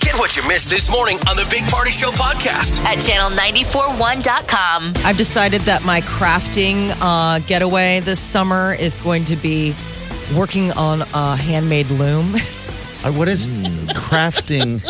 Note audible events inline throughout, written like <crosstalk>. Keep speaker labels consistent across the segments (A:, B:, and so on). A: Get what you missed this morning on the Big Party Show podcast.
B: at channel941.com.
C: I've decided that my crafting uh, getaway this summer is going to be working on a handmade loom. <laughs>
D: Uh, What is crafting?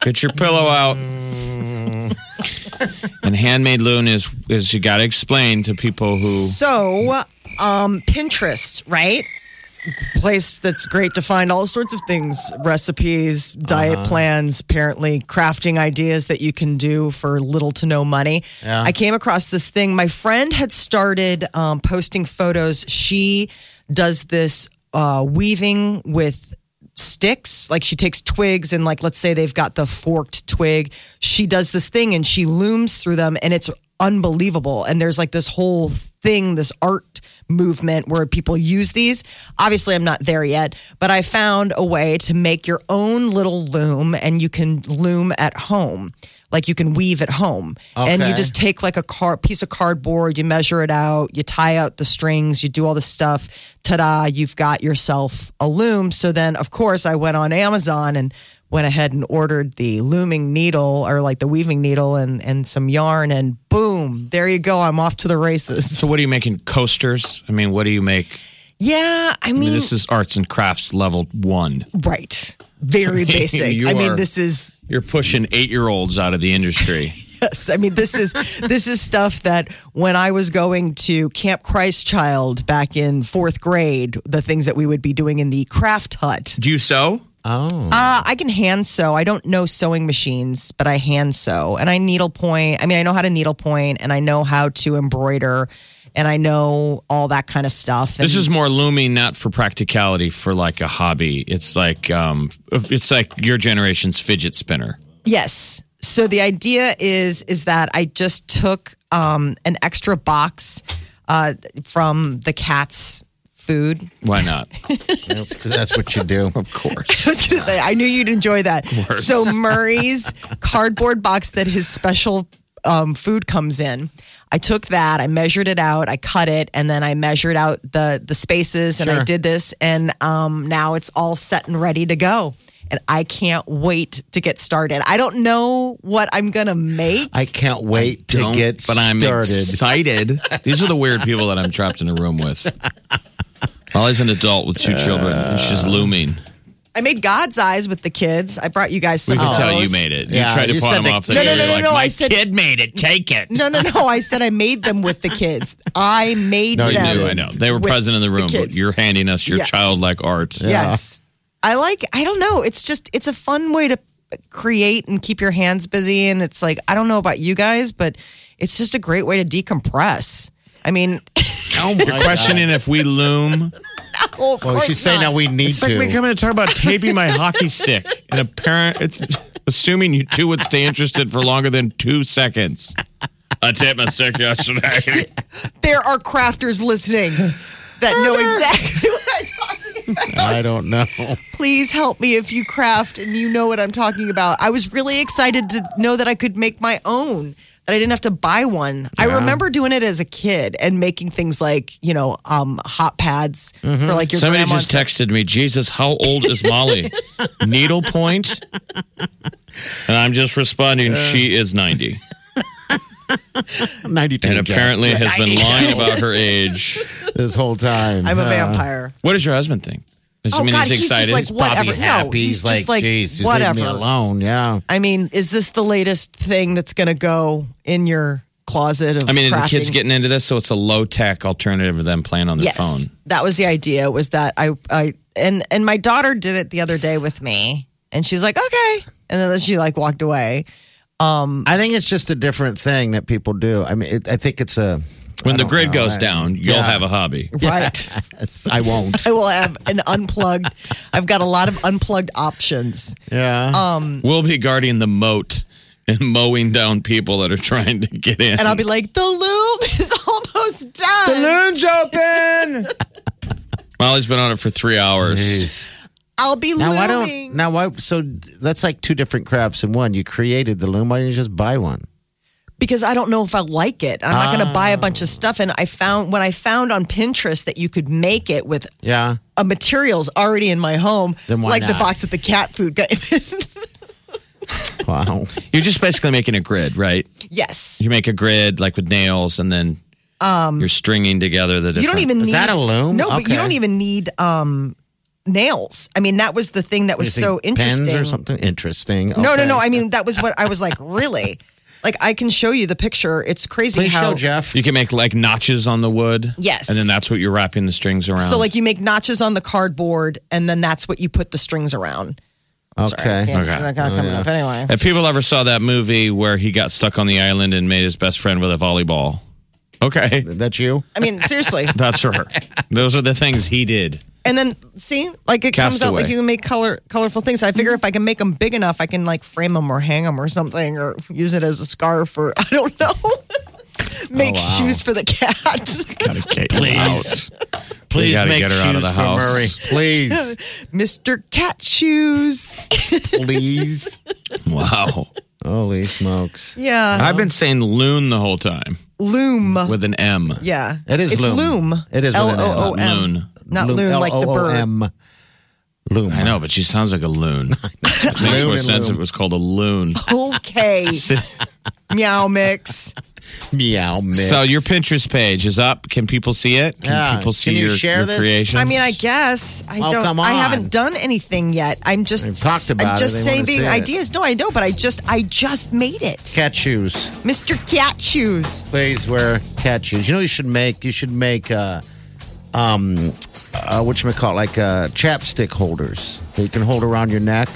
E: Get your pillow <laughs> out. and handmade loon is is you got to explain to people who
C: so, um, Pinterest, right? Place that's great to find all sorts of things recipes, diet plans, apparently crafting ideas that you can do for little to no money.
D: Yeah.
C: I came across this thing. My friend had started um, posting photos. She does this uh, weaving with sticks like she takes twigs and like let's say they've got the forked twig she does this thing and she looms through them and it's unbelievable and there's like this whole thing this art movement where people use these obviously i'm not there yet but i found a way to make your own little loom and you can loom at home like you can weave at home and you
D: Okay.
C: just take like a car piece of cardboard, you measure it out, you tie out the strings, you do all this stuff. Ta-da, you've got yourself a loom. So then of course I went on Amazon and went ahead and ordered the looming needle or like the weaving needle and and some yarn and boom, there you go. I'm off to the races.
E: so what are you making coasters? I mean, what do you make?
C: Yeah, I
E: I mean,
C: mean
E: this is arts and crafts level 1.
C: right.
E: <laughs>
C: Very basic.
E: you
C: I mean
E: are-
C: this is
E: You're pushing 8-year-olds out of the industry.
C: Yes, I mean this is this is stuff that when I was going to Camp Christchild back in fourth grade, the things that we would be doing in the craft hut.
E: <laughs> do you sew? Hmm.
D: Oh,
C: Uh, I can hand sew. I don't know sewing machines, but I hand sew and I needlepoint. I mean, I know how to needlepoint and I know how to embroider and I know all that kind of stuff. And
E: This is more looming not for practicality for like a hobby. It's like um it's like your generation's fidget spinner.
C: Yes. So the idea is is that I just took um, an extra box uh, from the cat's food.
E: Why not?
D: that's because that's what you do.
E: of
C: <laughs>
E: course.
C: I was going to say I knew you'd enjoy that. So Murray's cardboard box that his special um, food comes in. I took that, I measured it out, I cut it, and then I measured out the the spaces, and I did this, and um, now it's all set and ready to go. And I can't wait to get started. I don't know what I'm gonna make.
D: I can't wait to
E: Don't,
D: get
E: but I'm
D: started.
E: excited. These are the weird people that I'm trapped in a room with. Molly's an adult with two children. And she's looming.
C: I made God's eyes with the kids. I brought you guys
E: We
C: some.
E: can
C: of
E: tell you
C: those.
E: made it.
D: Yeah,
E: you tried to
D: you
E: pawn
D: said
E: them
D: the-
E: off. The
C: No, no,
E: air.
C: no,
E: You're
C: no,
E: like,
C: no,
E: My
C: I said-
E: kid made it. Take it.
C: No, no, no. I said I made them with the kids. I made
D: No,
E: Oh, you
D: you
C: them.
E: knew. I know. They were
C: with
E: present in the room, but
C: kids.
E: you're handing us your
C: Yes.
E: childlike art.
C: Yes. I like I don't know. It's just it's a fun way to create and keep your hands busy and it's like I don't know about you guys, but it's just a great way to decompress. I mean,
D: Oh
E: You're questioning if we loom.
C: <coughs> well, of
D: Well,
C: course
D: she's saying
C: not.
D: that we need
E: It's
D: to.
E: like we come in to talk about taping my hockey stick, and apparent it's assuming you two would stay interested for longer than two seconds. I taped my stick yesterday.
C: there are crafters
D: <laughs>
C: listening that know exactly <laughs> what I'm talking about.
D: I don't know.
C: Please help me if you craft and you know what I'm talking about. I was really excited to know that I could make my own, that I didn't have to buy one. I remember doing it as a kid and making things like, you know, um, hot pads
D: Mm-hmm.
C: for like your
E: Somebody
C: grandma's
E: just texted me, Jesus, how old is
C: <laughs>
E: Molly? Needlepoint? And I'm just responding,
C: Uh,
E: she
C: <laughs>
E: is 90.
D: Ninety-two.
E: And
D: Jack,
E: apparently has
C: <laughs>
E: been lying about her age.
D: this whole time.
C: I'm a
D: Uh,
C: vampire.
E: What does your husband think? Does he
C: Oh,
E: mean
C: God,
E: he's
C: he's
E: excited?
C: just like,
E: He's
C: whatever.
E: Bobby
C: No,
D: Happy.
C: he's
D: He's
C: just
D: like,
C: like,
D: geez, you leave me
C: whatever.
D: alone. Yeah.
C: I mean, is this the latest thing that's going to go in your closet? Of
E: I mean, and the
C: crafting?
E: kid's getting into this, so it's a low tech alternative to them playing on their
C: yes.
E: phone.
C: That was the idea. Was that I? I and and my daughter did it the other day with me, and she's like, okay, and then she like walked away.
D: I think it's just a different thing that people do. I mean, it, I think it's a
E: When
D: I
E: the
D: don't
E: grid
D: know.
E: goes
D: I- <laughs>
E: down, you'll have a hobby.
C: Right. <laughs>
D: Yes, I won't.
C: I will have an unplugged. I've got a lot of unplugged options.
D: <laughs>
C: Um,
D: Yeah.
C: Uh,
E: We'll be guarding the moat and mowing down people that are trying to get in.
C: And I'll be like, the loom is <laughs> almost done.
D: Balloons open.
E: Molly's been on it for three hours.
C: I'll be
D: Now why
C: looming.
D: don't now why so that's like two different crafts in one. You created the loom. Why didn't you just buy one?
C: because I don't know if I like it. I'm not going to buy a bunch
D: Ah.
C: of stuff. And I found when I found on Pinterest that you could make it with
D: Yeah. <laughs>
C: a materials already in my home,
D: Then why
C: like the
D: not?
C: box that the cat food got.
D: Wow.
E: You're just basically making a grid, right?
C: <laughs> yes,
E: You make a grid like with nails, and then you're stringing together the.
C: Um, you don't
E: different-
C: even
D: Is
C: need
D: that a loom?
C: No, but you
D: Okay.
C: don't even need um, nails. I mean, that was the thing that
D: You
C: was
D: think
C: so interesting.
D: Pens or something interesting.
C: No, no,
D: Okay.
C: no. I mean, that was what I was
D: <laughs>
C: like. Really, like I can show you the picture. It's crazy
D: Please
C: how
D: show Jeff.
E: You can make like notches on the wood.
C: Yes.
E: And then that's what you're wrapping the strings around.
C: So like you make notches on the cardboard, and then that's what you put the strings around.
D: Okay. Oh,
C: Yeah, it's not gonna come up anyway.
E: If people ever saw that movie where he got stuck on the island and made his best friend with a volleyball, okay,
D: That's you.
C: I mean,
D: <laughs>
C: seriously. <laughs>
E: that's her. Those are the things he did.
C: And then see, like it comes out
E: Castaway.
C: like you can make color colorful things. I
D: Mm-hmm.
C: figure if I can make them big enough, I can like frame them or hang them or something, or use it as a scarf or <laughs> I don't
D: <laughs>
C: know.
D: Oh,
C: make shoes for the cat,
D: Please. Please
E: gotta
D: make
E: get her out of
D: shoes
E: the
D: for
E: house.
D: Murray. Please.
C: <laughs> Mister Cat Shoes.
D: <laughs> Please.
E: Wow.
D: Holy smokes.
C: Yeah,
E: I've been saying loon the whole time
C: loom.
E: with an M.
C: yeah,
D: It is
C: it's
D: loom.
C: loom.
D: It is
C: L
D: with an
C: O O
D: L,
E: not
C: M.
E: loon.
C: <laughs> Not loom, like the bird.
D: L-O-O-M. Loom.
E: I know, but she sounds like
D: <laughs>
E: a loon. It makes
D: Loon
E: more
D: and
E: sense
D: loom.
E: if it was called a loon.
D: <laughs>
C: Okay,
E: So,
C: meow mix.
D: Meow. Mix.
E: so your Pinterest page is up. Can people see it? Can
D: Yeah.
E: people see
D: Can you
E: your,
D: share
E: your
D: this?
E: creations?
C: I mean, I guess I
D: Oh,
C: don't.
D: come
C: I
D: on.
C: haven't done anything yet. I'm just
D: They've talked
C: I'm
D: about it.
C: just
D: They wanna
C: saving
D: see it.
C: ideas. No, I know, but I just I just made it.
D: cat shoes.
C: Mr. Cat Shoes.
D: Please wear cat shoes. You know what you should make? You should make uh um uh what you call like uh chapstick holders that you can hold around your neck.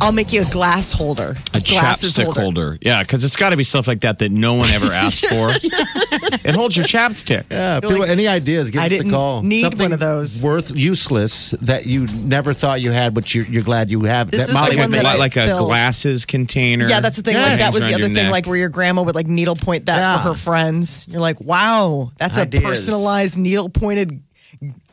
C: I'll make you a glass holder.
E: a
C: Glasses
E: chapstick holder. Yeah, because it's got to be stuff like that that no one
C: <laughs>
E: ever asked for. it holds your chapstick.
D: Yeah, people, any ideas, give
C: I
D: us
C: didn't
D: a call.
C: need
D: Something
C: one of those.
D: Worth useless that you never thought you had, but you're, you're glad you have.
C: This
D: that
C: is the
D: Molly
E: Like,
D: would
C: one
E: a,
D: make.
C: that I
E: like a
C: built.
E: glasses container.
C: Yeah, that's the thing. Like
D: Yes.
C: that was the
E: Around
C: other
E: your
C: thing,
E: neck.
C: like where your grandma would like needle point that
D: Yeah.
C: for her friends. You're like, wow, that's
D: Ideas.
C: a personalized needle pointed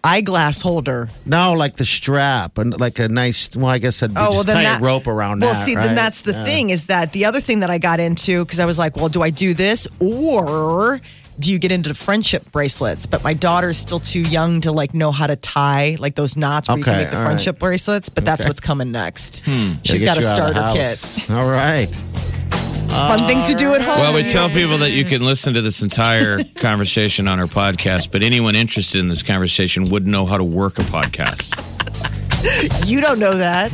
C: eyeglass holder.
D: no, like the strap and like a nice. Well, I guess that'd be
C: Oh,
D: just tie a rope around.
C: Well,
D: that,
C: see,
D: right?
C: then that's the
D: Yeah.
C: thing is that the other thing that I got into because I was like, well, do I do this or do you get into the friendship bracelets? But my daughter's still too young to like know how to tie like those knots where you can
D: Okay,
C: make the
D: all right. Hmm,
C: friendship bracelets. But that's what's coming next. She's got a
D: Get you out of the
C: starter kit.
D: house. All right.
C: Fun things to do at home.
E: Well, we tell people that you can listen to this entire
C: <laughs>
E: conversation on our podcast, but anyone interested in this conversation would know how to work a podcast.
C: you don't know
D: <laughs>
C: that.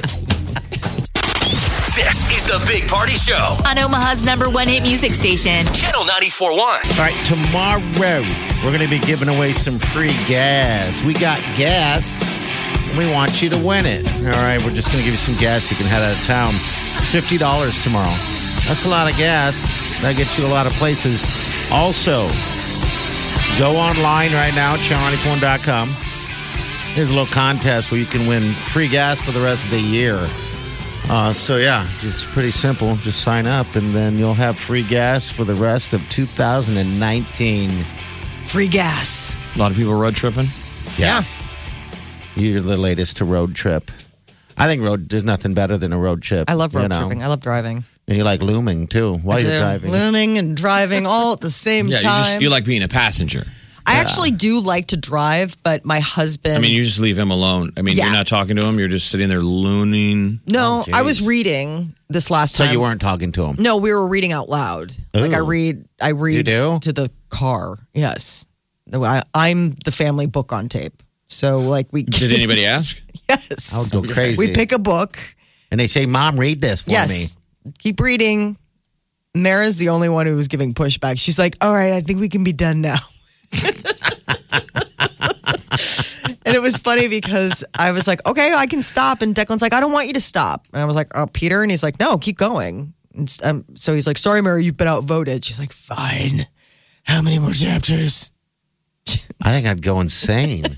A: This is the Big Party Show,
B: On Omaha's number one hit music station.
A: Channel 94.1.
D: All right, tomorrow we're going to be giving away some free gas. We got gas, and we want you to win it. All right, we're just going to give you some gas. You can head out of town. Fifty dollars tomorrow. That's a lot of gas. That gets you a lot of places. Also, go online right now, channel94.com. There's a little contest where you can win free gas for the rest of the year. Uh, so yeah, it's pretty simple. Just sign up, and then you'll have free gas for the rest of 2019.
C: Free gas.
E: A lot of people road tripping.
C: Mm,
D: Yeah, you're the latest to road trip. I think road. There's nothing better than a road trip.
C: I love road
D: you know?
C: tripping. I love driving.
D: And you like looming too while you're
C: Do
D: driving.
C: Looming and driving all at the same
E: Yeah, you,
C: time.
E: just, you like being a passenger.
C: I actually do like to drive, but my husband.
E: I mean, you just leave him alone. I mean,
C: Yeah.
E: you're not talking to him. You're just sitting there looning.
C: No,
D: Oh,
C: I was
D: geez.
C: reading this last
D: So
C: time.
D: you weren't talking to him.
C: No, we were reading out loud. Like I
D: Ooh.
C: read, I read
D: do?
C: to the car. Yes, The- I, am the family book on tape. So like we <laughs>
E: Did anybody ask?
C: yes,
D: I'll go crazy.
C: we pick a book.
D: and they say, "Mom, read this for
C: yes, keep reading. Mara's the only one who was giving pushback. She's like, "All right, I think we can be done now." <laughs> and it was funny because I was like, "Okay, I can stop." And Declan's like, "I don't want you to stop." And I was like, "Oh, Peter," and he's like, "No, keep going." And s- um, so he's like, "Sorry, Mary, you've been outvoted." She's like, "Fine." How many more chapters?
D: I think I'd go insane.
C: <laughs>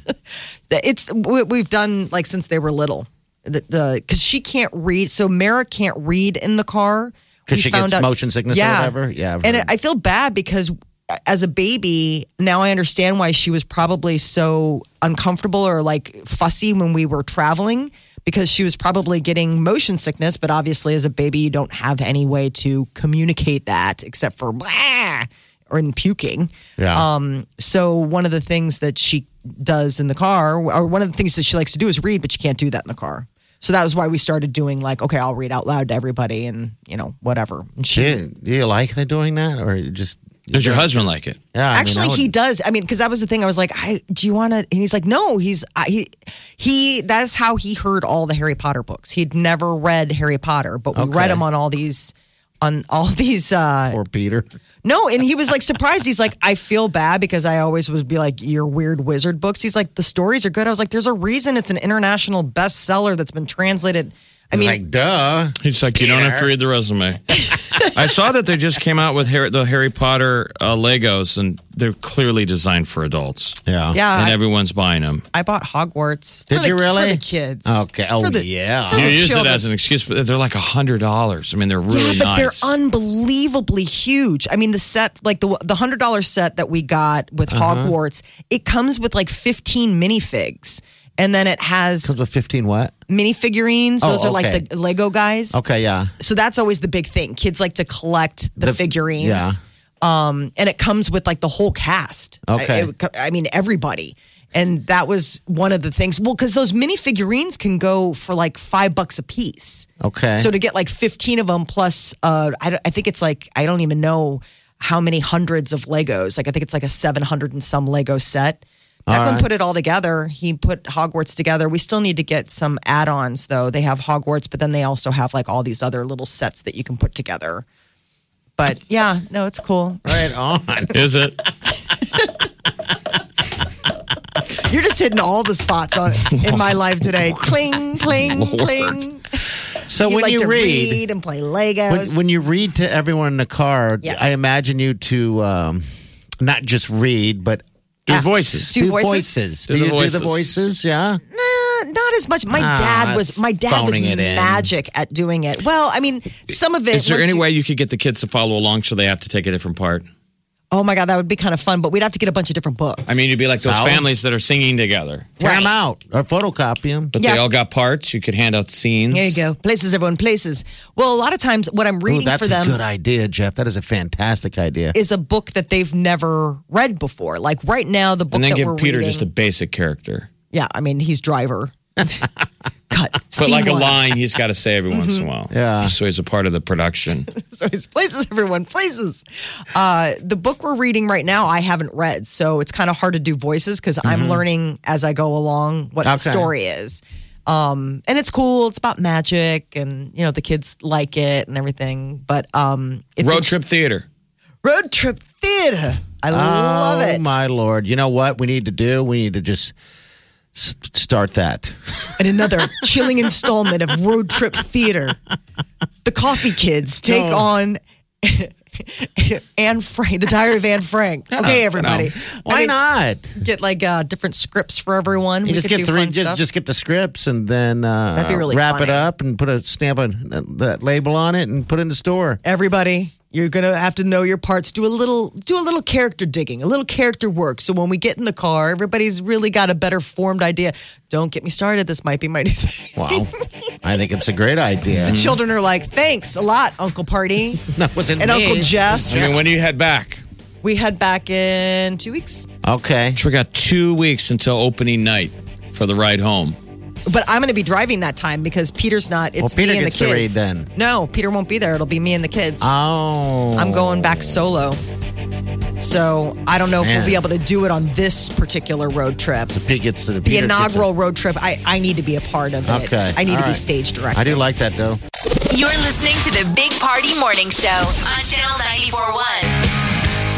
C: That It's we- we've done like since they were little. The because she can't read, so Mara can't read in the car.
D: Because
C: We
D: she gets
C: found out-
D: motion sickness or
C: yeah.
D: whatever. Yeah. I've
C: and
D: heard.
C: I feel bad because uh, as a baby, now I understand why she was probably so uncomfortable or like fussy when we were traveling because she was probably getting motion sickness. But obviously, as a baby, you don't have any way to communicate that except for blah or in puking.
D: yeah.
C: Um, so one of the things that she does in the car, or one of the things that she likes to do is read, but she can't do that in the car. So that was why we started doing like, okay, I'll read out loud to everybody and you know, whatever. And she
D: do, you, do you like they doing that or you just?
E: <laughs> Does your husband like it?
D: Yeah. I mean,
C: Actually,
D: I would-
C: he does. I mean, because that was the thing. I was like, I, "Do you want to?" And he's like, "No." He's I, he he. That's how he heard all the Harry Potter books. He'd never read Harry Potter, but we read
D: Okay.
C: them on all these on all <laughs> these. uh
D: Poor Peter.
C: No, and he was like surprised. He's like, "I feel bad because I always would be like your weird wizard books." He's like, "The stories are good." I was like, "There's a reason it's an international bestseller that's been translated." I mean,
D: like, duh.
E: He's like, you don't have to read the resume. <laughs> I saw that they just came out with Harry, the Harry Potter uh, Legos, and they're clearly designed for adults,
D: Yeah.
C: yeah,
E: and
C: I,
E: everyone's buying them.
C: I bought Hogwarts.
D: Did
C: for the,
D: you really?
C: for the kids?
D: Okay. Oh,
C: For the-
D: yeah.
E: You
C: the
E: use it
C: children.
E: as an excuse, but they're like hundred dollars. I mean, they're really
C: yeah, but
E: nice.
C: they're unbelievably huge. I mean, the set, like the the hundred dollar set that we got with
D: Uh-huh.
C: Hogwarts, it comes with like fifteen minifigs, and then it has
D: Comes with 15 what?
C: mini figurines.
D: Oh,
C: Those are
D: okay.
C: like the Lego guys.
D: Okay. Yeah.
C: So that's always the big thing. Kids like to collect the,
D: The-
C: figurines.
D: yeah.
C: Um, and it comes with like the whole cast.
D: Okay.
C: I, it co- I mean, everybody. And that was one of the things. Well, because those mini figurines can go for like five bucks a piece.
D: Okay.
C: So to get like 15 of them plus, uh, I, don't- I think it's like, I don't even know how many hundreds of Legos. Like, I think it's like a 700 and some Lego set. Beckham put it all together. He put Hogwarts together. We still need to get some add ons, though. They have Hogwarts, but then they also have like all these other little sets that you can put together. But yeah, no, it's cool. <laughs>
D: right on.
E: <laughs> Is it?
C: You're just hitting all the spots on in my life
D: <laughs>
C: today. Cling, cling, cling.
D: So
C: You
D: when
C: like
D: you
C: to
D: read,
C: read and play Legos.
D: when, when you read to everyone in the car,
C: Yes.
D: I imagine you to um, not just read, but
E: Your
D: act.
E: voices.
C: Ah, Do voices?
D: Do,
E: Do the
D: you do the
E: voices.
D: voices? Yeah.
C: Uh, not as much. My
D: Ah,
C: dad was my dad was
D: phoning it in.
C: magic at doing it. Well, I mean, some of it.
E: Is there
C: once
E: any
C: you-
E: way you could get the kids to follow along so they have to take a different part?
C: Oh my god, that would be kind of fun, but we'd have to get a bunch of different books.
E: I mean, you'd be like those
D: So?
E: families that are singing together,
D: Tear
C: Right.
D: them out or photocopy them.
E: but
C: Yeah.
E: they all got parts. You could hand out scenes.
C: there you go. Places, everyone, places. Well, a lot of times, what I'm
D: Ooh,
C: reading
D: that's
C: for them
D: a good idea, Jeff. That is a fantastic idea.
C: is a book that they've never read before. Like right now, the book
E: And then
C: that
E: give
C: we're
E: Peter
C: reading.
E: just a basic character,
C: yeah, I mean, he's
E: <laughs>
C: driver. Cut.
E: but
C: Scene
E: like a
C: one.
E: line he's got to say every once
F: Mm-hmm.
E: in a while.
D: Yeah.
E: so he's a part of the
F: <laughs>
E: production.
C: <laughs> So it's places, everyone, places. Uh, the book we're reading right now, I haven't read. So it's kind of hard to do voices because I'm learning as I go along what the
D: Mm-hmm. Okay.
C: story is. Um, and it's cool. It's about magic and, you know, the kids like it and everything. But um, it's
E: Road trip theater.
C: road trip theater. I love
D: oh
C: it.
D: my lord! You know what we need to do? We need to just s- start that.
C: And another
D: <laughs>
C: chilling installment of road trip theater. The coffee kids take
D: Oh.
C: on. <laughs> Anne Frank, the Diary of Anne Frank. Okay, everybody. I
D: Oh, Why
C: mean,
D: not?
C: get like uh, different scripts for everyone.
D: You
C: we
D: just
C: could
D: get
C: do
D: three.
C: fun stuff.
D: Just, just get the scripts and then uh,
C: That'd be really
D: wrap it
C: funny.
D: up and put a stamp on uh, that label on it and put it in the store.
C: everybody. You're gonna have to know your parts. Do a little, do a little character digging, a little character work. So when we get in the car, everybody's really got a better formed idea. Don't get me started. This might be my new thing. <laughs>
D: Wow, I think it's a great idea.
C: Children are like, thanks a lot, Uncle Party
D: <laughs> That wasn't
C: and
D: me.
C: Uncle Jeff.
E: I mean, when do you head back?
C: We head back in two weeks,
D: Okay.
E: So we got two weeks until opening night for the ride home.
C: but I'm gonna be driving that time because Peter's not. It's
D: Well, Peter
C: me and
D: gets
C: the
D: to read
C: kids.
D: then.
C: No, Peter won't be there. It'll be me and the kids.
D: Oh,
C: I'm going back solo. So I don't know if we'll
D: Man.
C: be able to do it on this particular road trip.
D: Pete gets to the,
C: The
D: Peter gets to-
C: inaugural road trip, I, I need to be a part of it.
D: Okay,
C: I need to
D: all
C: be
D: right.
C: stage director.
D: I do like that though.
B: You're listening to the Big Party Morning Show on Channel 941.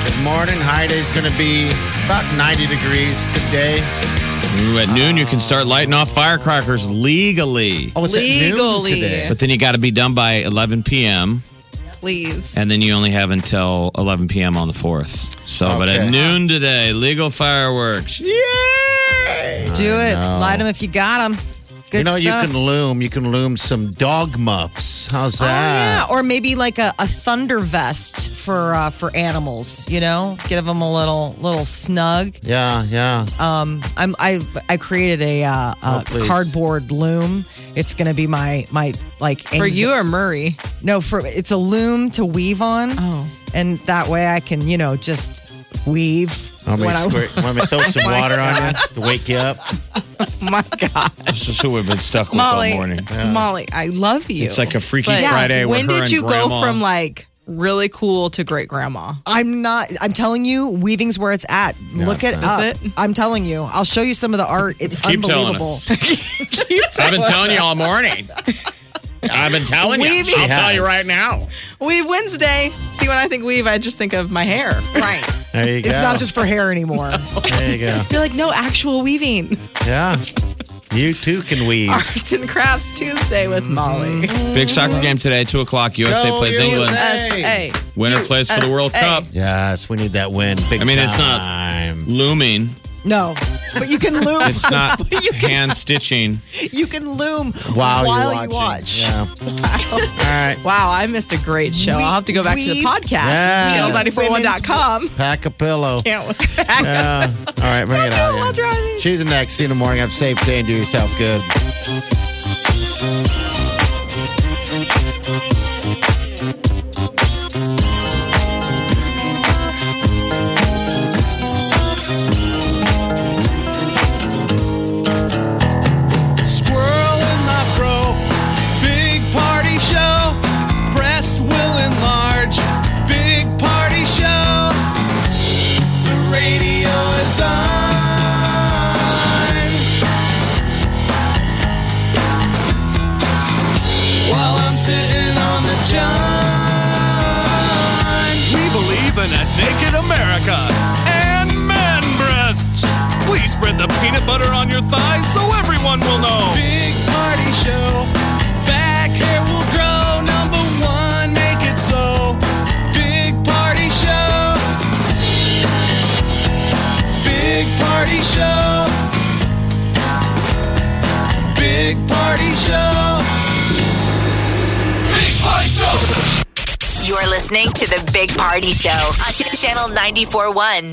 D: Good morning. High day's going to be about 90 degrees today.
E: Ooh, at noon, you can start lighting off firecrackers legally.
D: Oh, it's at
F: Legally.
D: noon today.
E: But then you got to be done by 11 p.m.
F: Please.
E: And then you only have until 11 p.m. on the 4th. So, but
D: Okay.
E: at noon today, legal fireworks. <laughs> Yay!
C: Do it. Light them if you got them. Good
D: you know,
C: stuff.
D: you can loom. You can loom some dog muffs. How's
C: Oh yeah,
D: that?
C: or maybe like a, a thunder vest for uh, for animals. You know, give them a little little snug.
D: yeah. yeah,
C: Uh, I'm I I created a, uh,
E: Oh,
C: uh
D: please.
C: cardboard loom. It's gonna be my my like
F: For
C: anxi-
F: you or Murray?
C: No, for it's a loom to weave on.
F: Oh.
C: and that way I can you know just weave.
D: Want me,
C: when
D: to
C: I- <laughs>
D: squirt- want me to throw some water on you to wake you up?
F: My God.
E: This is who we've been stuck with
F: Molly,
E: all morning.
F: Molly, I love you.
E: It's like a Freaky
F: But
E: Friday. with
F: When
E: her
F: did
E: and
F: you
E: grandma.
F: go from like really cool to great grandma?
C: I'm not. I'm telling you, weaving's where it's at. Look it
D: it's
C: up.
F: Is it?
C: I'm telling you. I'll show you some of the art. It's
E: Keep telling
C: unbelievable.
E: us.
F: <laughs>
E: I've been telling you all <laughs> morning. I've been telling you.
F: Weaving.
E: I'll tell you right now.
F: Weave Wednesday. See, when I think weave, I just think of my hair.
C: Right.
D: There you go.
C: It's not just for hair
E: <laughs>
C: anymore.
D: There you go.
F: You're like, no actual weaving. <laughs>
D: Yeah. You too can weave.
F: Arts and Crafts Tuesday with Molly.
E: Big soccer game today, two o'clock. USA
D: Go
E: plays England.
D: USA.
F: USA.
E: Winner plays for the World
F: USA.
E: Cup.
D: Yes, we need that win. Big
E: I mean, it's not-
D: time.
E: Looming.
C: No, but you can
D: <laughs>
C: loom.
G: <laughs>
E: It's not hand stitching.
C: you can loom
D: While,
C: while,
D: you're watching.
C: you watch.
D: Yeah. All right.
F: Wow, I missed a great show. I'll have to go back to the
C: Weave-
F: podcast.
D: Yeah.
F: Channel941.com.
D: Pack a pillow.
F: Can't wait.
D: Yeah. All right, bring it
F: do
D: out.
F: it while driving.
D: She's the next. See you in the morning. Have a safe day and do yourself good.
G: Squirrel in my bro. Big party show. Breast will enlarge. Big party show. The radio is on. While I'm sitting on the john. We believe in a naked America and man breasts. Please spread the peanut butter on your thighs so everyone will know. Big party show. Back hair will grow. Number one, make it so. Big party show. Big party show. Big party show. Big party show.
B: You're listening to the Big Party Show on Channel 941.